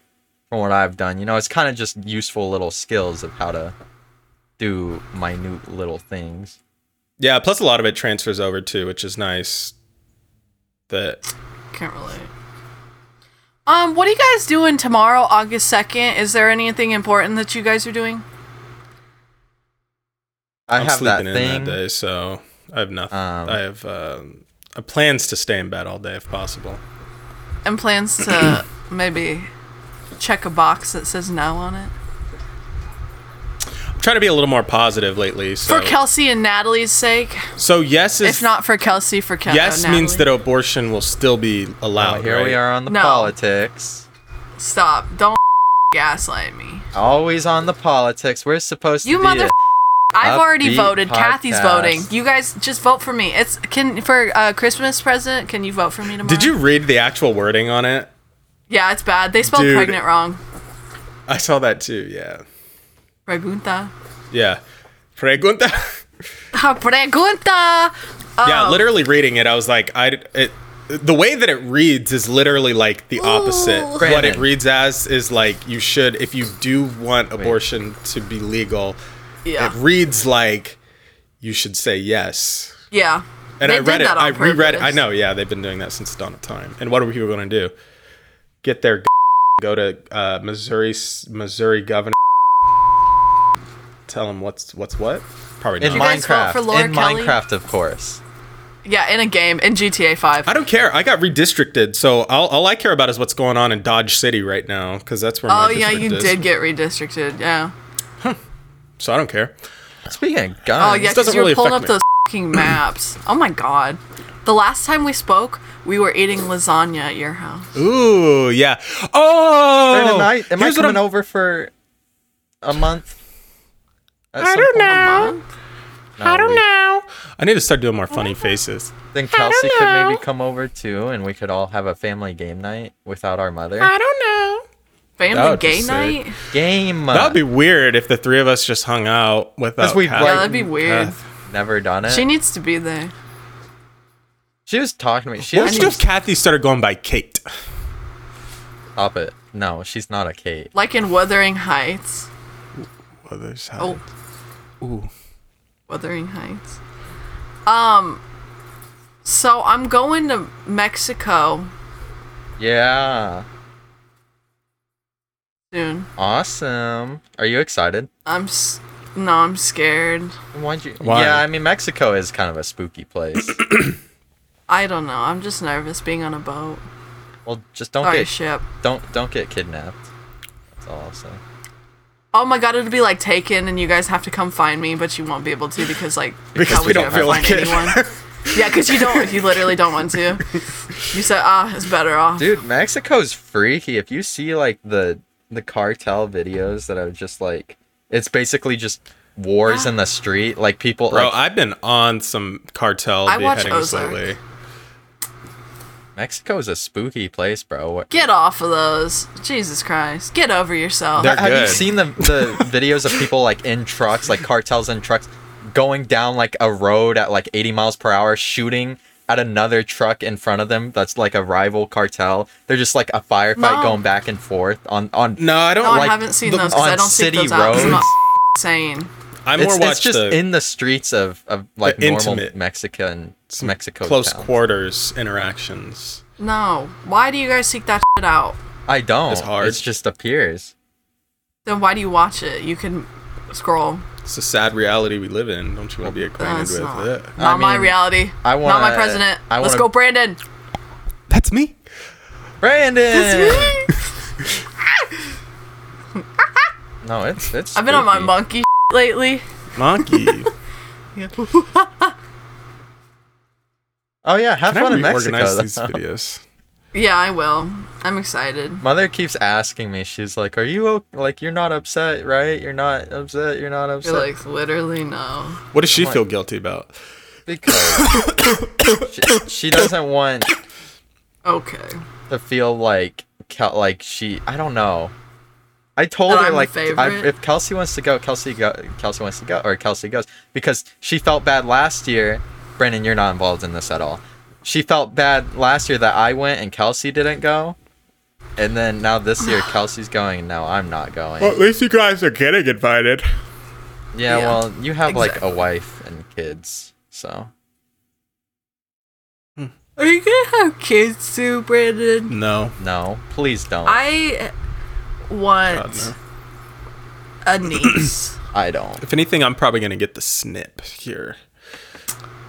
B: from what I've done. You know, it's kind of just useful little skills of how to do minute little things.
E: Yeah. Plus, a lot of it transfers over too, which is nice. That
C: Can't relate. Um, what are you guys doing tomorrow, August second? Is there anything important that you guys are doing?
B: I
E: I'm
B: have that
E: sleeping in
B: thing.
E: that day, so I have nothing.
B: Um,
E: I have um, uh, plans to stay in bed all day if possible.
C: And plans
E: <clears throat>
C: to maybe check a box that says no on it.
E: I'm trying to be a little more positive lately. So,
C: For Kelsey and Natalie's sake.
E: so yes is
C: If not for Kelsey, for oh, Kelsey.
E: yes means that abortion will still be allowed.
B: Oh, here we
E: right?
B: are on the
C: No.
B: politics.
C: Stop. Don't <laughs> gaslight me.
B: Always on the politics. We're supposed to
C: You
B: be
C: mother-
B: a-
C: I've already
B: Upbeat
C: voted. Kathy's
B: podcast.
C: voting. You guys just vote for me. It's can for uh, Christmas present. Can you vote for me tomorrow?
E: Did you read the actual wording on it?
C: Yeah, it's bad. They spelled
E: Dude.
C: pregnant wrong.
E: I saw that too. Yeah,
C: Pregunta.
E: yeah. Pregunta. <laughs>
C: Pregunta.
E: yeah,
C: Oh.
E: literally reading it, I was like, I it, the way that it reads is literally like the opposite. What it
B: Brandon.
E: reads as is like you should, if you do want abortion to be legal,
C: Yeah.
E: it reads like you should say yes.
C: yeah.
E: And
C: They
E: I read
C: did
E: it.
C: that
E: I
C: on
E: reread it. I
C: purpose.
E: know. Yeah, they've been doing that since the dawn of time. And what are people going to do? Get their go to uh, Missouri Missouri governor tell him what's what's what? Probably
B: in
E: not.
C: my- guys vote
B: Minecraft.
C: for Laura
B: in
C: Kelly?
B: Minecraft, of course.
C: Yeah, in a game in GTA Five.
E: I don't care. I got redistricted, so all, all I care about is what's going on in Dodge City right now, because that's where.
C: Oh
E: my
C: yeah,
E: district
C: you
E: is.
C: did get redistricted. Yeah.
E: So I don't care.
B: Speaking of
C: Oh
B: guns,
C: yeah,
E: doesn't
C: because you were
E: really
C: pulling up
E: affect me.
C: those fucking maps. Oh my god. The last time we spoke, we were eating lasagna at your house.
E: Ooh yeah. Oh.
B: Brandon, I, am I
E: here's what
B: coming
E: I'm-
B: over for a month? I don't know. I don't know.
E: I need to start doing more funny faces.
B: Then Kelsey could maybe come over too, and we could all have a family game night without our mother.
E: That
C: Family
E: would be
C: gay
E: sick.
C: night?
B: game.
E: That'd be weird if the three of us just hung out without.
B: we
E: having-
C: Yeah,
B: like-
C: that'd be weird.
B: never done
E: uh,
B: it.
C: She
B: She,
C: needs to be there.
B: was talking to me. She
E: What
B: was
E: if Kathy started going by Kate?
B: stop it. No, she's not a Kate.
C: Like in Wuthering Heights.
E: Others have-
C: Oh.
E: Ooh.
C: Wuthering Heights. Um so I'm going to Mexico
B: Yeah.
C: soon.
B: Awesome. Are you excited?
C: I'm s- no, I'm scared.
B: Why'd you?
E: Why?
B: Yeah, I mean Mexico is kind of a spooky place.
C: I don't know. I'm just nervous being on a boat
B: well, just don't
C: or a
B: get
C: ship.
B: don't don't get kidnapped. That's all I'll say.
C: Oh my god, it'll be like taken, and you guys have to come find me, but you won't be able to because like
E: <laughs> Because
C: how
E: we
C: would you
E: don't
C: ever
E: feel
C: find
E: like it. <laughs>
C: anyone? yeah, because you don't. You literally don't want to. You said, ah, it's better off.
B: Dude, Mexico's freaky. If you see like the the cartel videos that are just like it's basically just wars in the street, like people
E: Bro,
B: like
E: I've been on some cartel
C: I watch
E: beheadings
C: Ozark.
E: lately.
B: Mexico is a spooky place, bro. What,
C: Get off of those. Jesus Christ. Get over yourself.
E: They're-
B: have you
E: good.
B: seen the the videos of people like in trucks, like cartels in trucks going down like a road at like 80 miles per hour shooting at another truck in front of them that's like a rival cartel. They're just like a firefight
C: No.
B: going back and forth on on
E: No, I don't
C: no, I
B: like,
C: haven't seen
B: the-
C: those because I
B: on
C: don't seek
B: city
C: those out. 'cause I'm not
B: roads.
C: <laughs> insane.
E: I more
B: It's,
E: watch
B: it's just
E: the
B: in the streets of, of like
E: the
B: normal
E: intimate-
B: Mexican Mexico
E: close
B: towns.
E: quarters interactions.
C: No. Why do you guys seek that shit out?
B: I don't.
E: It's hard.
B: It's just appears.
C: Then why do you watch it? You can scroll.
E: It's a sad reality we live in. Don't you want to be
B: Oh,
E: acquainted
C: That's
E: with
C: not,
E: it?
C: not my
B: mean,
C: reality.
B: I
C: Not my
B: wanna-
C: president.
B: I
C: Let's
B: wanna-
C: go,
B: <laughs>
C: Brandon.
E: That's me.
B: Brandon. <laughs> no, it's it's.
C: I've been on my
B: spooky.
C: monkey lately.
B: <laughs>
E: Monkey.
B: Oh yeah, have
E: Can I
B: fun in Mexico.
E: reorganize
B: though.
E: these <laughs> videos?
C: Yeah, I will. I'm excited.
B: <laughs> Mother keeps asking me. She's like, "Are you o- like you're not upset, right? You're not upset. You're not upset."
C: You're like literally no.
E: What does she feel guilty about?
B: because <coughs> she, she doesn't want
C: Okay.
B: to feel like Kel- like she I don't know. I told
C: That
B: her
C: I'm the
B: like I,
C: favorite?
B: if Kelsey wants to go, Kelsey go, Kelsey wants to go, or Kelsey goes because she felt bad last year. Brendan, you're not involved in this at all. She felt bad last year that I went and Kelsey didn't go, and then now this
C: <sighs>
B: year Kelsey's going and now I'm not going.
E: at least you guys are getting invited.
B: yeah,
C: yeah,
B: well, you have like
C: exactly.
B: a wife and kids, so
C: Are you gonna have kids soon, Brandon?
E: No.
B: no, please don't. I,
C: I want
E: God, no.
C: a niece.
B: don't.
E: If anything, I'm probably gonna get the snip here.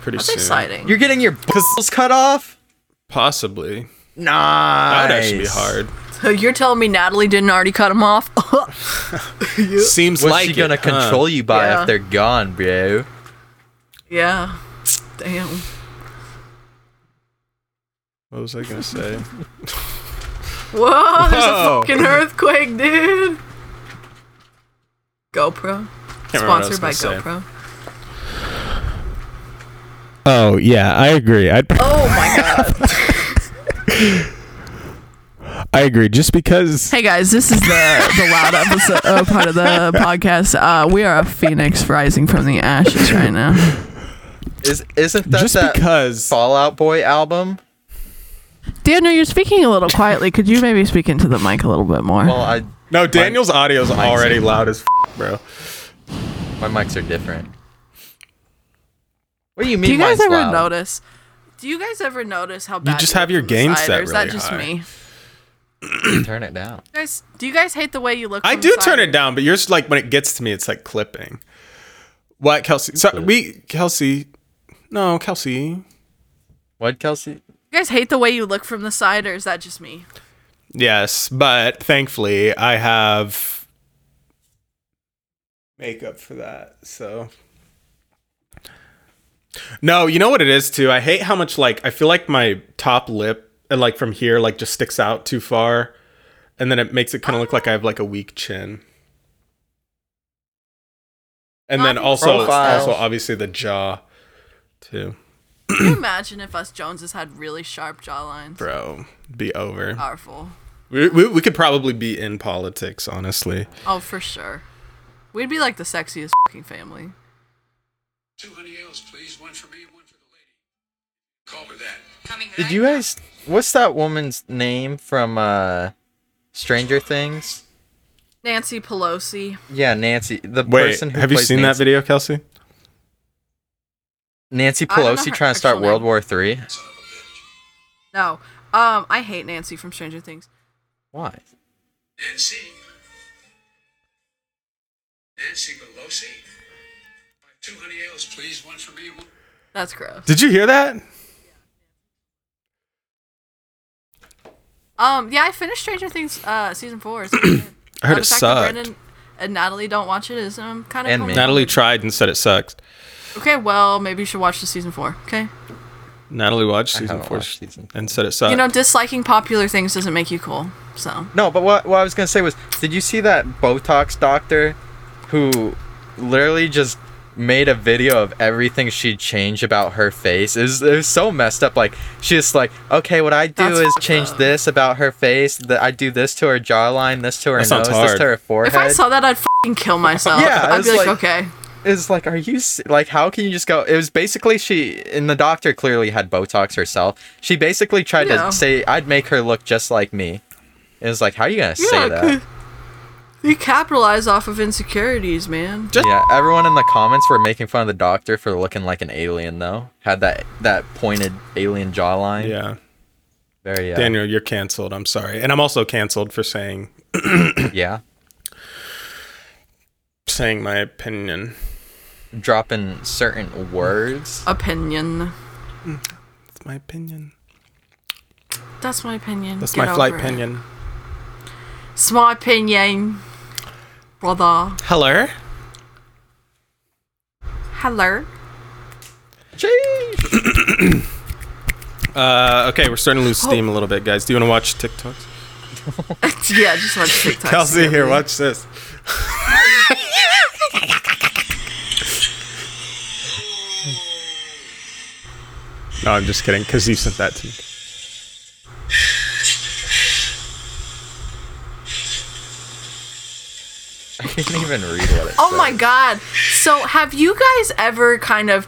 E: Pretty
C: That's
E: soon.
C: exciting.
B: You're getting your balls cut off.
E: Possibly.
B: Nice.
E: That would actually be hard.
C: So you're telling me Natalie didn't already cut him off? <laughs>
E: Seems
B: What's
E: like
B: she gonna
E: it, huh?
B: control you by
C: Yeah.
B: if they're gone, bro?
C: yeah. Damn.
E: What was I gonna say?
C: Whoa, there's a
E: Whoa.
C: fucking earthquake, dude. GoPro.
E: Can't remember what I was
C: Sponsored by
E: gonna say.
C: GoPro.
E: Oh yeah, I agree. I
C: Oh my god.
E: I agree. Just
C: <laughs>
E: because
C: Hey guys, this is the the loud episode uh, part of <laughs> the podcast. Uh, we are a phoenix rising from the ashes right now.
B: Is isn't that
E: just
B: that
E: because
B: Fallout Boy album?
C: Daniel, you're speaking a little quietly. Could you maybe speak into the mic a little bit more?
B: Well, I
E: no Daniel's audio's already
B: in-
E: loud as f- bro.
B: my mics are different. What do you mean?
C: do you guys
B: mine's
C: ever
B: loud?
C: notice? Do you guys ever notice how bad
E: just
C: you
E: have
C: look
E: your
C: from the
E: game
C: side,
E: set
C: Or is that
E: really
C: just
E: high.
C: me? <laughs>
B: Turn it down.
C: You guys, do you guys hate the way you look?
E: I
C: from
E: do
C: the
E: turn
C: side?
E: it down, but yours like when it gets to me, it's like clipping. What, Kelsey? So we, Kelsey, no, Kelsey.
B: What, Kelsey?
C: You guys hate the way you look from the side, or is that just me?
E: Yes, but thankfully I have makeup for that. So No, you know what it is too. I hate how much like I feel like my top lip and like from here like just sticks out too far and then it makes it kind of look like I have like a weak chin. And then
C: Not
E: also
B: profile.
E: also obviously the jaw too.
C: Can you imagine if us Joneses had really sharp jawlines?
E: Bro, be over.
C: Powerful.
E: We, we, we could probably be in politics, honestly.
C: Oh, for sure. We'd be like the sexiest fucking family.
G: Two honey ales, please. One for me, one for the lady. Call her that.
B: Did you guys? What's that woman's name from uh, Stranger Things?
C: Nancy Pelosi.
B: Yeah, Nancy. The
E: Wait,
B: person who
E: have you
B: plays
E: seen that
B: Nancy,
E: video, Kelsey?
B: Nancy
C: I don't know her
B: Pelosi trying to start
C: actual name.
B: World War Three.
C: No. Um, I hate Nancy from Stranger Things.
B: Why?
G: Nancy. Nancy Pelosi. Two honey ales, please. One for me, one.
C: That's gross.
E: Did you hear that?
C: Um, yeah, I finished Stranger Things uh season four.
E: <clears throat>
C: It's pretty good. Uh, the fact that
E: I heard it sucked.
C: Brendan and Natalie don't watch it is um kind of
B: And me.
C: bummed.
E: Natalie tried and said it sucks.
C: Okay, well maybe you should watch the season four. Okay.
E: Natalie watched season
B: haven't
E: four
B: watched season
E: and said it sucked.
C: you know, disliking popular things doesn't make you cool. So
B: No, but what what I was gonna say was, did you see that Botox doctor, who literally just made a video of everything she'd change about her face? It was, it was so messed up. Like she's just like, okay, what I do
C: That's
B: is
C: fucked
B: change
C: up.
B: this about her face. That I do this to her jawline, this to her
E: That
B: nose,
E: sounds
B: this
E: hard.
B: to her forehead.
C: if I saw that I'd fucking kill myself.
B: Yeah, I
C: I'd be
B: was
C: like,
B: like-
C: okay.
B: is like, are you s- like, how can you just go? It was basically she and the doctor clearly had Botox herself. She basically tried
C: Yeah.
B: to say, I'd make her look just like me. It was like, how are you gonna
C: Yeah,
B: say that?
C: You capitalize off of insecurities, man.
B: Yeah, everyone in the comments were making fun of the doctor for looking like an alien though. Had that that pointed alien jawline.
E: yeah.
B: Very uh,
E: Daniel, you're canceled. I'm sorry, and I'm also canceled for saying
B: yeah.
E: saying my opinion.
B: Dropping certain words.
C: Opinion.
E: It's my opinion.
C: That's my opinion.
E: That's
C: Get
E: my flight
C: over it.
E: opinion.
C: It's my opinion. Brother.
E: Hello.
C: Hello. <laughs>
B: Jeez.
E: Uh, okay, we're starting to lose
C: Oh.
E: steam a little bit, guys. Do you want to watch TikToks?
C: yeah, just watch
E: <laughs>
C: TikTok.
E: Kelsey, here, watch this. no, I'm just kidding, because you sent that to me.
B: I can't even read what it
C: Oh
B: said.
C: my god. So have you guys ever kind of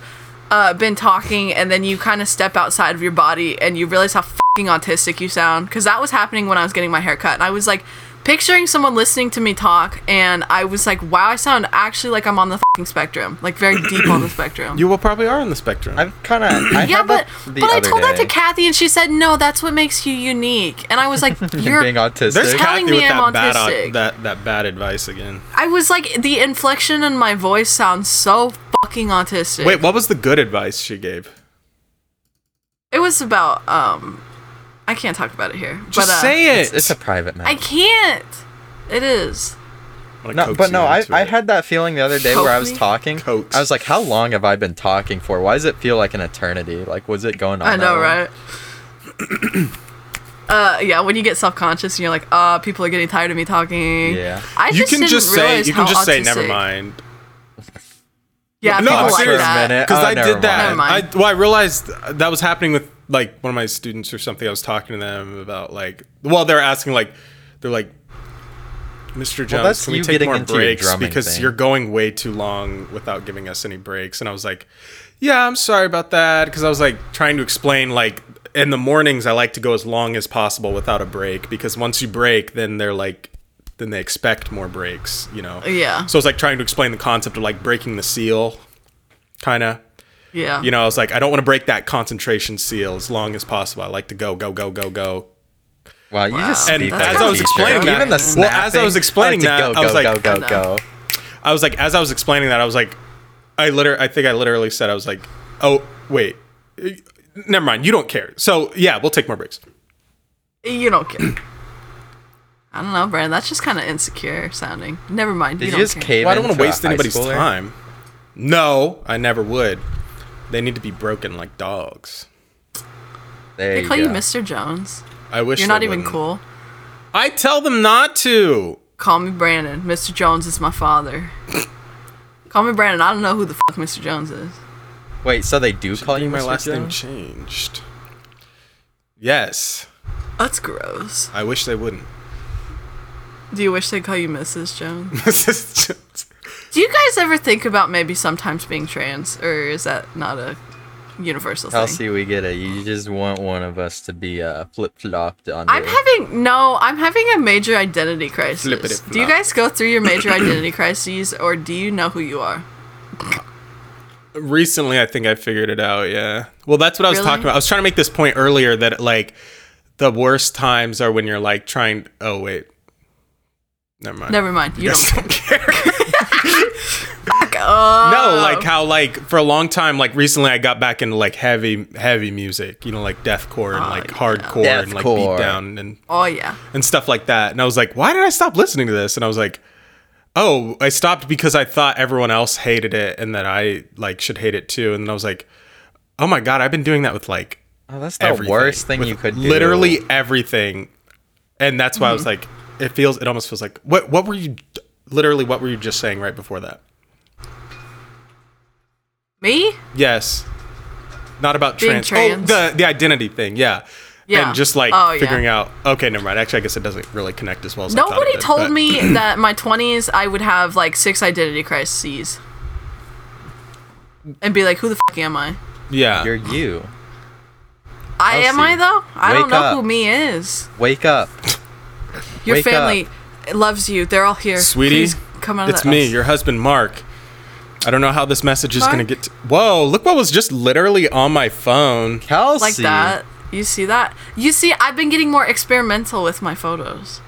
C: uh, been talking and then you kind of step outside of your body and you realize how fucking autistic you sound? Because that was happening when I was getting my hair cut. And I was like picturing someone listening to me talk and I was like, wow, I sound actually like I'm on the fucking spectrum. Like very deep on the spectrum.
E: You will probably are on the spectrum.
B: I've kind of.
C: yeah, but
B: the
C: but I
B: other
C: told that
B: day,
C: to Kathy and she said no. That's what makes you unique. And I was like, you're
B: Being autistic.
E: There's
C: They're telling
E: Kathy with
C: me I'm
E: that bad, uh,
C: autistic.
E: that that bad advice again.
C: I was like, the inflection in my voice sounds so fucking autistic.
E: Wait, what was the good advice she gave?
C: It was about um, I can't talk about it here.
E: Just
C: but, uh,
E: say
B: it's,
E: it.
B: it's a private matter.
C: I can't. It is.
E: I'm gonna
B: No,
E: coax
B: but
E: you
B: no, I,
E: into
B: I
E: it.
B: had that feeling the other day where I was
C: Coax me?
B: talking.
E: Coax.
B: I was like, how long have I been talking for? Why does it feel like an eternity? Like, was it going on?
C: I know,
B: that long?
C: right? <clears throat> uh, yeah. When you get self conscious and you're like, uh, people are getting tired of me talking.
B: Yeah.
C: I
E: You
C: just
E: can
C: didn't
E: just say
C: realize
E: you can
C: how
E: just say
C: autistic-
E: never mind.
C: Yeah,
E: No,
C: people
E: I'm
C: like
E: serious,
C: that.
B: man.
E: Because
B: Oh,
E: I
B: never
E: did that. I,
C: mind.
E: well, I realized that was happening with like one of my students or something. I was talking to them about like, well, they're asking like, they're like, Mr. Jones,
B: that's
E: can we
B: you
E: take
B: getting
E: more
B: into your
E: breaks
B: drumming
E: because
B: thing.
E: you're going way too long without giving us any breaks? And I was like, yeah, I'm sorry about that because I was like trying to explain like in the mornings I like to go as long as possible without a break because once you break, then they're like. Then they expect more breaks, you know.
C: Yeah.
E: So it's like trying to explain the concept of like breaking the seal, kind of.
C: Yeah.
E: You know, I was like, I don't want to break that concentration seal as long as possible. I like to go, go, go, go, go.
B: Wow, you just
C: Wow.
B: beat
E: And
B: that
E: as
C: gotta
E: I was
C: be
E: explaining
C: terrible.
E: that,
B: even the
E: well, as I was explaining
B: snapping,
E: that,
B: go,
E: I was
B: go,
E: like,
B: go, go,
C: No.
B: go.
E: I was like, as I was explaining that, I was like, I liter, I think I literally said, I was like, oh wait, Eh, never mind, you don't care. So yeah, we'll take more breaks.
C: You don't care. <clears throat> I don't know, Brandon. That's just kind of insecure sounding. Never mind.
B: Did you
C: you don't
B: just
C: care.
B: cave
E: Well, I don't want
B: into
E: to
B: a
E: waste
B: high
E: anybody's
B: schooler?
E: time. No, I never would. They need to be broken like dogs.
B: There
C: They
B: you
C: call you
B: go.
C: Mr. Jones.
E: I wish
C: You're
E: they
C: not even
E: wouldn't.
C: cool.
E: I tell them not to.
C: Call me Brandon. Mr. Jones is my father. Call me Brandon. I don't know who the fuck Mr. Jones is.
B: Wait, so they do call you
E: My
B: Mr.
E: last name
B: Jones?
E: changed. Yes,
C: That's gross.
E: I wish they wouldn't. <laughs>
C: Do you wish they call you Mrs. Jones? <laughs>
E: This is just-
C: Do you guys ever think about maybe sometimes being trans, or is that not a universal thing?
B: Kelsey, we get it. You just want one of us to be uh, flip flopped on.
C: I'm having no. I'm having a major identity crisis.
E: Flippity-flop.
C: Do you guys go through your major <coughs> identity crises, or do you know who you are?
E: Recently, I think I figured it out. Yeah. Well, that's what I was
C: Really?
E: talking about. I was trying to make this point earlier that like the worst times are when you're like trying. Oh wait. Never mind.
C: Never mind. You
E: Yes,
C: don't.
E: don't <laughs> care.
C: Fuck up.
E: no, like how like for a long time, like recently, I got back into like heavy heavy music. You know, like deathcore and like hardcore and like
B: Deathcore.
E: beatdown and
C: Oh yeah.
E: and stuff like that. And I was like, why did I stop listening to this? And I was like, oh, I stopped because I thought everyone else hated it and that I like should hate it too. And then I was like, oh my god, I've been doing that with like
B: Oh, that's the
E: everything.
B: worst thing
E: With
B: you could do.
E: literally everything. And that's why I was
C: Mm-hmm.
E: like, it feels, it almost feels like what what were you literally what were you just saying right before that?
C: Me?
E: Yes. Not about
C: Being
E: trans.
C: trans.
E: Oh, the the identity thing, yeah.
C: Yeah.
E: And just like
C: Oh, yeah.
E: figuring out, okay, never mind. Actually, I guess it doesn't really connect as well as I thought it
C: Nobody
E: did,
C: told
E: but- <clears throat>
C: me that my 20s I would have like six identity crises and be like, who the fuck am I?
E: Yeah.
B: You're you.
C: I am
B: Kelsey,
C: I though? I
B: wake
C: don't know
B: up.
C: who me is.
B: Wake up.
C: Your
B: Wake
C: family loves you. They're all here.
E: Sweetie,
C: Please come out of
E: it's
C: that
E: me,
C: house.
E: your husband Mark. I don't know how this message is going to
C: Mark?
E: get. To- Whoa! Look what was just literally on my phone.
B: Kelsey.
C: like that. You see that? You see, I've been getting more experimental with my photos.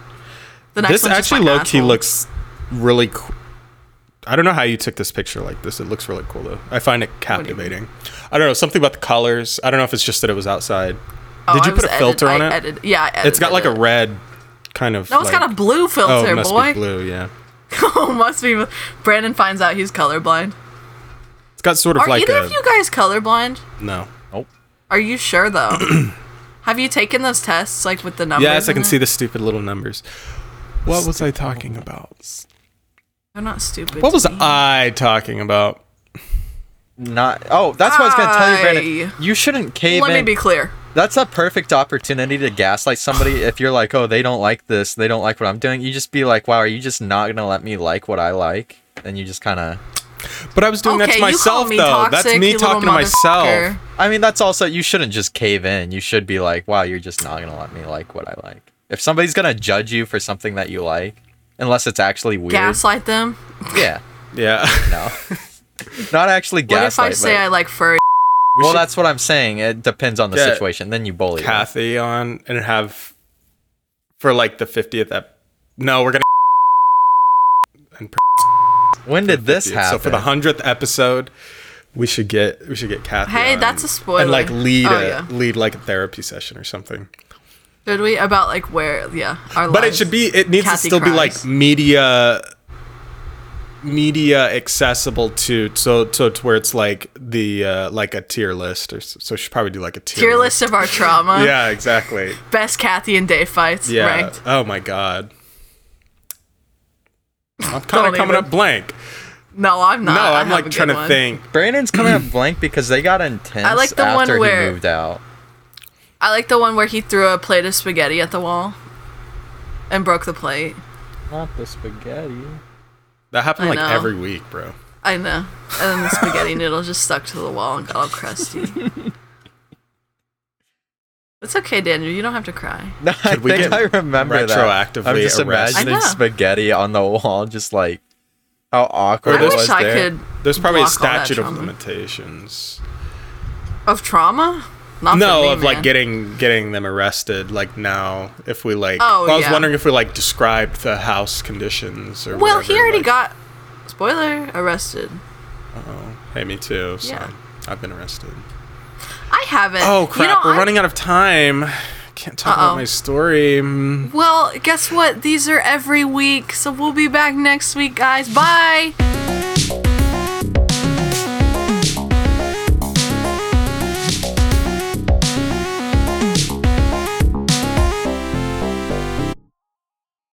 C: The one's
E: This
C: just
E: actually
C: my
E: low key
C: asshole.
E: looks really. Cool. I don't know how you took this picture like this. It looks really cool though. I find it
C: do you mean?
E: captivating. I don't know something about the colors. I don't know if it's just that it was outside.
C: Oh,
E: Did
C: I
E: you put
C: was
E: a
C: edit-
E: filter
C: I
E: on it?
C: edited- yeah, I
E: It's got like
C: edited
E: a
C: it.
E: red kind of.
C: No, it's got
E: like-
C: a blue
E: Oh, it
C: filter,
E: must
C: boy.
E: be blue. Yeah,
C: <laughs> oh, must be. Brandon finds out he's colorblind.
E: it's got sort of
C: Are
E: like
C: either
E: a
C: of you guys colorblind?
E: no.
B: Nope.
C: Are you sure though?
E: <clears throat>
C: Have you taken those tests like with the numbers?
E: Yes, I
C: in
E: can
C: it?
E: see the stupid little numbers. What was I talking about?
C: They're not stupid.
E: What was
C: to me.
E: I talking about?
B: Not. Oh, that's what I was gonna tell you, Brandon. You shouldn't cave
C: Let me
B: in.
C: be clear.
B: that's a perfect opportunity to gaslight somebody. if you're like, oh, they don't like this, they don't like what I'm doing. You just be like, wow, are you just not gonna let me like what I like? And you just kind of.
E: But I was doing that
C: Okay,
E: to
C: you call
E: myself
C: me
E: though.
C: toxic,
E: That's me
C: you little
E: talking to myself.
C: motherfucker.
B: I mean, that's also you shouldn't just cave in. You should be like, wow, you're just not gonna let me like what I like. If somebody's gonna judge you for something that you like, unless it's actually weird,
C: Gaslight them.
B: yeah,
E: Yeah. <laughs>
B: no, <laughs> not actually
C: What if
B: gaslight.
C: I say
B: but-
C: I like furry?
E: We
B: well,
E: should
B: that's what I'm saying. It depends on the
E: Yeah.
B: situation. Then you bully.
E: get
B: them.
E: Kathy on and have for like the 50th ep- No, we're going to and
B: When did this happen?
E: So for the 100th episode, we should get we should get Kathy
C: Hey,
E: on
C: that's a spoiler.
E: And like lead
C: Oh,
E: a
C: yeah.
E: lead like a therapy session or something.
C: Should we about like where? Yeah, our.
E: But it
C: lives.
E: should be. It needs
C: Kathy
E: to still be
C: cries.
E: like media, media accessible to so so to where it's like the uh, like a tier list or s- so. She should probably do like a tier,
C: tier list of our trauma.
E: <laughs> Yeah, exactly.
C: Best Kathy and Dave <laughs> fights
E: Yeah.
C: ranked.
E: Oh
C: <laughs>
E: my god. I'm kind of
C: Don't
E: coming
C: even.
E: up blank.
C: No, I'm not.
E: No,
C: I have
E: I'm
C: a
E: like
C: good
E: trying to
C: one.
E: think.
B: Brandon's coming up blank because they got intense
C: I like the one
B: after
C: where-
B: he moved out.
C: I like the one where he threw a plate of spaghetti at the wall, and broke the plate.
B: Not the spaghetti.
E: That
C: I
E: happened like
C: know.
E: every week, bro.
C: I know. And then the spaghetti noodle just stuck to the wall and got all crusty. it's okay, Daniel. You don't have to cry.
B: No, I
E: Could we
B: think
E: get
B: I remember that. I'm
E: retroactively
B: just
E: arrested?
C: I
B: imagining
C: know.
B: spaghetti on the wall, just like how awkward
C: I
B: it
C: wish
B: was
C: I
B: there.
C: could.
E: There's probably a
C: block all that
E: statute of
C: trauma.
E: limitations.
C: Of trauma? Not for
E: no,
C: me,
E: of like
C: man.
E: getting getting them arrested. Like now, if we like,
C: Oh,
E: well, I was
C: yeah.
E: wondering if we like described the house conditions or.
C: Well,
E: whatever,
C: he already
E: like-
C: got spoiler arrested.
E: Hey, me too. So
C: Yeah.
E: I've been arrested.
C: I haven't.
E: Oh crap!
C: You know,
E: We're
C: I-
E: running out of time. Can't talk
C: Uh-oh.
E: about my story. Mm.
C: Well, guess what? These are every week, so we'll be back next week, guys. Bye.